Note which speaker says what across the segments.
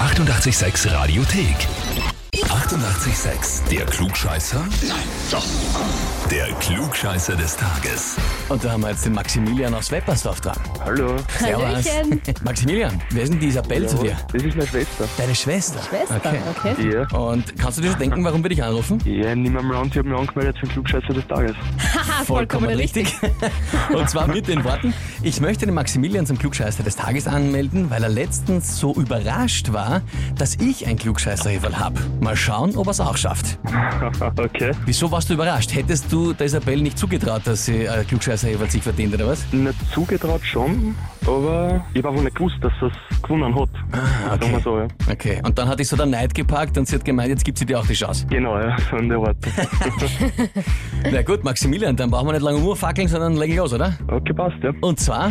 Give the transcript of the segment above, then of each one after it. Speaker 1: 886 Radiothek. 88,6. Der Klugscheißer? Nein, doch. Der Klugscheißer des Tages.
Speaker 2: Und da haben wir jetzt den Maximilian aus Weppersdorf dran.
Speaker 3: Hallo.
Speaker 2: Servus.
Speaker 4: Hallöchen.
Speaker 2: Maximilian, wer ist denn die Isabel zu dir?
Speaker 3: Das ist meine Schwester.
Speaker 2: Deine Schwester.
Speaker 4: Schwester, okay.
Speaker 3: Ja.
Speaker 2: Und kannst du dir schon denken, warum wir dich anrufen?
Speaker 3: Ja, nimm einmal an, sie hat mich angemeldet für den Klugscheißer des Tages.
Speaker 4: Haha, vollkommen richtig.
Speaker 2: Und zwar mit den Worten, ich möchte den Maximilian zum Klugscheißer des Tages anmelden, weil er letztens so überrascht war, dass ich ein Klugscheißerheferl habe. Mal schauen, ob er es auch schafft.
Speaker 3: okay.
Speaker 2: Wieso warst du überrascht? Hättest du der Isabel nicht zugetraut, dass sie ein Klugscheißerheferl sich verdient, oder was?
Speaker 3: Nicht zugetraut schon, aber ich habe einfach nicht gewusst, dass sie es gewonnen hat.
Speaker 2: Ah,
Speaker 3: Sagen
Speaker 2: okay.
Speaker 3: wir so, ja.
Speaker 2: Okay, und dann hat dich so der Neid gepackt und sie hat gemeint, jetzt gibt sie dir auch die Chance.
Speaker 3: Genau, ja, so in der Art.
Speaker 2: Na gut, Maximilian, dann brauchen wir nicht lange umfackeln, sondern legen los, oder?
Speaker 3: Okay, passt, ja.
Speaker 2: Und zwar,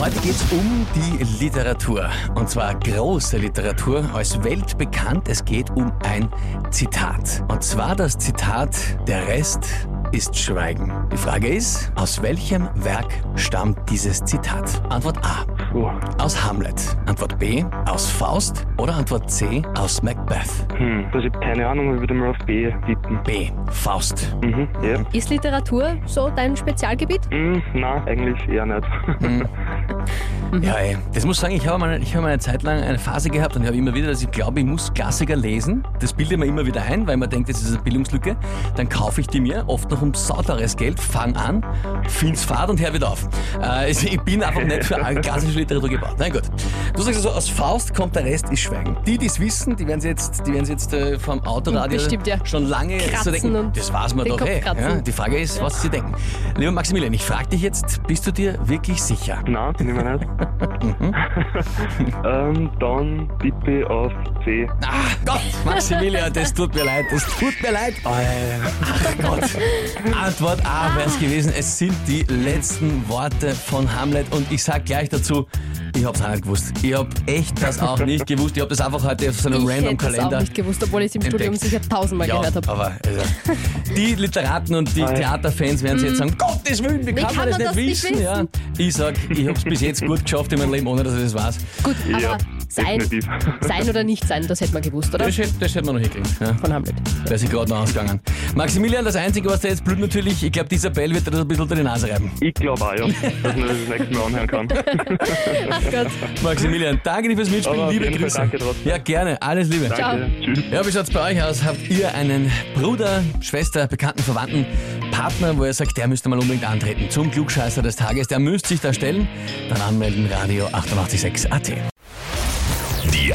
Speaker 2: heute geht's um die Literatur. Und zwar große Literatur, als weltbekannt. Es geht um ein Zitat. Und zwar das Zitat, der Rest ist Schweigen. Die Frage ist, aus welchem Werk stammt dieses Zitat? Antwort A.
Speaker 3: Puh.
Speaker 2: Aus Hamlet. Antwort B. Aus Faust. Oder Antwort C. Aus Macbeth.
Speaker 3: Hm. Also ich habe keine Ahnung, aber ich würde mal auf B tippen.
Speaker 2: B. Faust.
Speaker 3: Mhm, ja.
Speaker 4: Ist Literatur so dein Spezialgebiet?
Speaker 2: Mhm.
Speaker 3: Hm, nein, eigentlich eher nicht.
Speaker 4: Mhm.
Speaker 2: Ja, ey. Das muss ich sagen, ich habe mal, ich habe mal eine Zeit lang eine Phase gehabt und ich habe immer wieder, dass ich glaube, ich muss Klassiker lesen. Das bildet mir immer wieder ein, weil man denkt, das ist eine Bildungslücke. Dann kaufe ich die mir, oft noch um sauteures Geld, fang an, find's fad und hör wieder auf. Äh, also ich bin einfach nicht für alle klassische Literatur gebaut. Na gut. Du sagst also, aus Faust kommt der Rest ist Schweigen. Die, die es wissen, die werden es jetzt, die werden jetzt äh, vom Autoradio
Speaker 4: Bestimmt, ja.
Speaker 2: schon lange so
Speaker 4: Kratzen
Speaker 2: denken,
Speaker 4: und
Speaker 2: das war's mir
Speaker 4: den
Speaker 2: doch,
Speaker 4: Kopf
Speaker 2: ey. Ja,
Speaker 4: kratzen.
Speaker 2: die Frage ist, was sie denken. Lieber Maximilian, ich frage dich jetzt, bist du dir wirklich sicher?
Speaker 3: nein, bin ich mir nicht.
Speaker 2: Mhm.
Speaker 3: ähm, dann tippe ich auf C.
Speaker 2: Ah, Gott, Maximilian, das tut mir leid, das tut mir leid. Oh, ach Gott. Antwort
Speaker 4: Ah.
Speaker 2: A wäre es gewesen, es sind die letzten Worte von Hamlet und ich sag gleich dazu, ich hab's auch nicht gewusst. Ich hab echt das auch nicht gewusst. Ich hab das einfach heute auf so einem
Speaker 4: ich
Speaker 2: random
Speaker 4: hätte es auch
Speaker 2: Kalender.
Speaker 4: nicht gewusst, obwohl ich es im Studium
Speaker 2: entdeckt.
Speaker 4: sicher tausendmal
Speaker 2: ja,
Speaker 4: gehört habe.
Speaker 2: aber also, die Literaten und die
Speaker 3: Ah, ja.
Speaker 2: Theaterfans werden sich jetzt sagen, Gottes Willen, wie kann,
Speaker 4: Hm. kann
Speaker 2: man das,
Speaker 4: man das
Speaker 2: nicht
Speaker 4: nicht
Speaker 2: wissen? Ja, ich sag, ich hab's bis jetzt gut geschafft in meinem Leben, ohne dass ich das weiß.
Speaker 4: Gut,
Speaker 3: Ja,
Speaker 4: aber
Speaker 2: also,
Speaker 4: sein,
Speaker 3: definitiv.
Speaker 4: sein oder nicht sein, das hätte man gewusst, oder?
Speaker 2: Das hätte, das hätte man noch hingekriegt. Ja.
Speaker 4: Von Hamlet.
Speaker 2: Wäre sich gerade noch ausgegangen. Maximilian, das Einzige, was da jetzt blüht natürlich, ich glaube, die Isabel wird dir das ein bisschen unter die Nase reiben.
Speaker 3: Ich glaube auch, ja, dass man das das nächste Mal anhören kann.
Speaker 4: Ach Gott.
Speaker 2: Maximilian, danke dir fürs Mitspielen,
Speaker 3: Aber auf
Speaker 2: liebe
Speaker 3: jeden Fall
Speaker 2: Grüße.
Speaker 3: danke trotzdem.
Speaker 2: ja, gerne, alles Liebe.
Speaker 3: Danke, tschüss.
Speaker 2: Ja, wie schaut's bei euch aus? Habt ihr einen Bruder, Schwester, Bekannten, Verwandten, Partner, wo ihr sagt, der müsste mal unbedingt antreten zum Klugscheißer des Tages, der müsste sich da stellen? Dann anmelden, Radio 886 AT.
Speaker 1: Die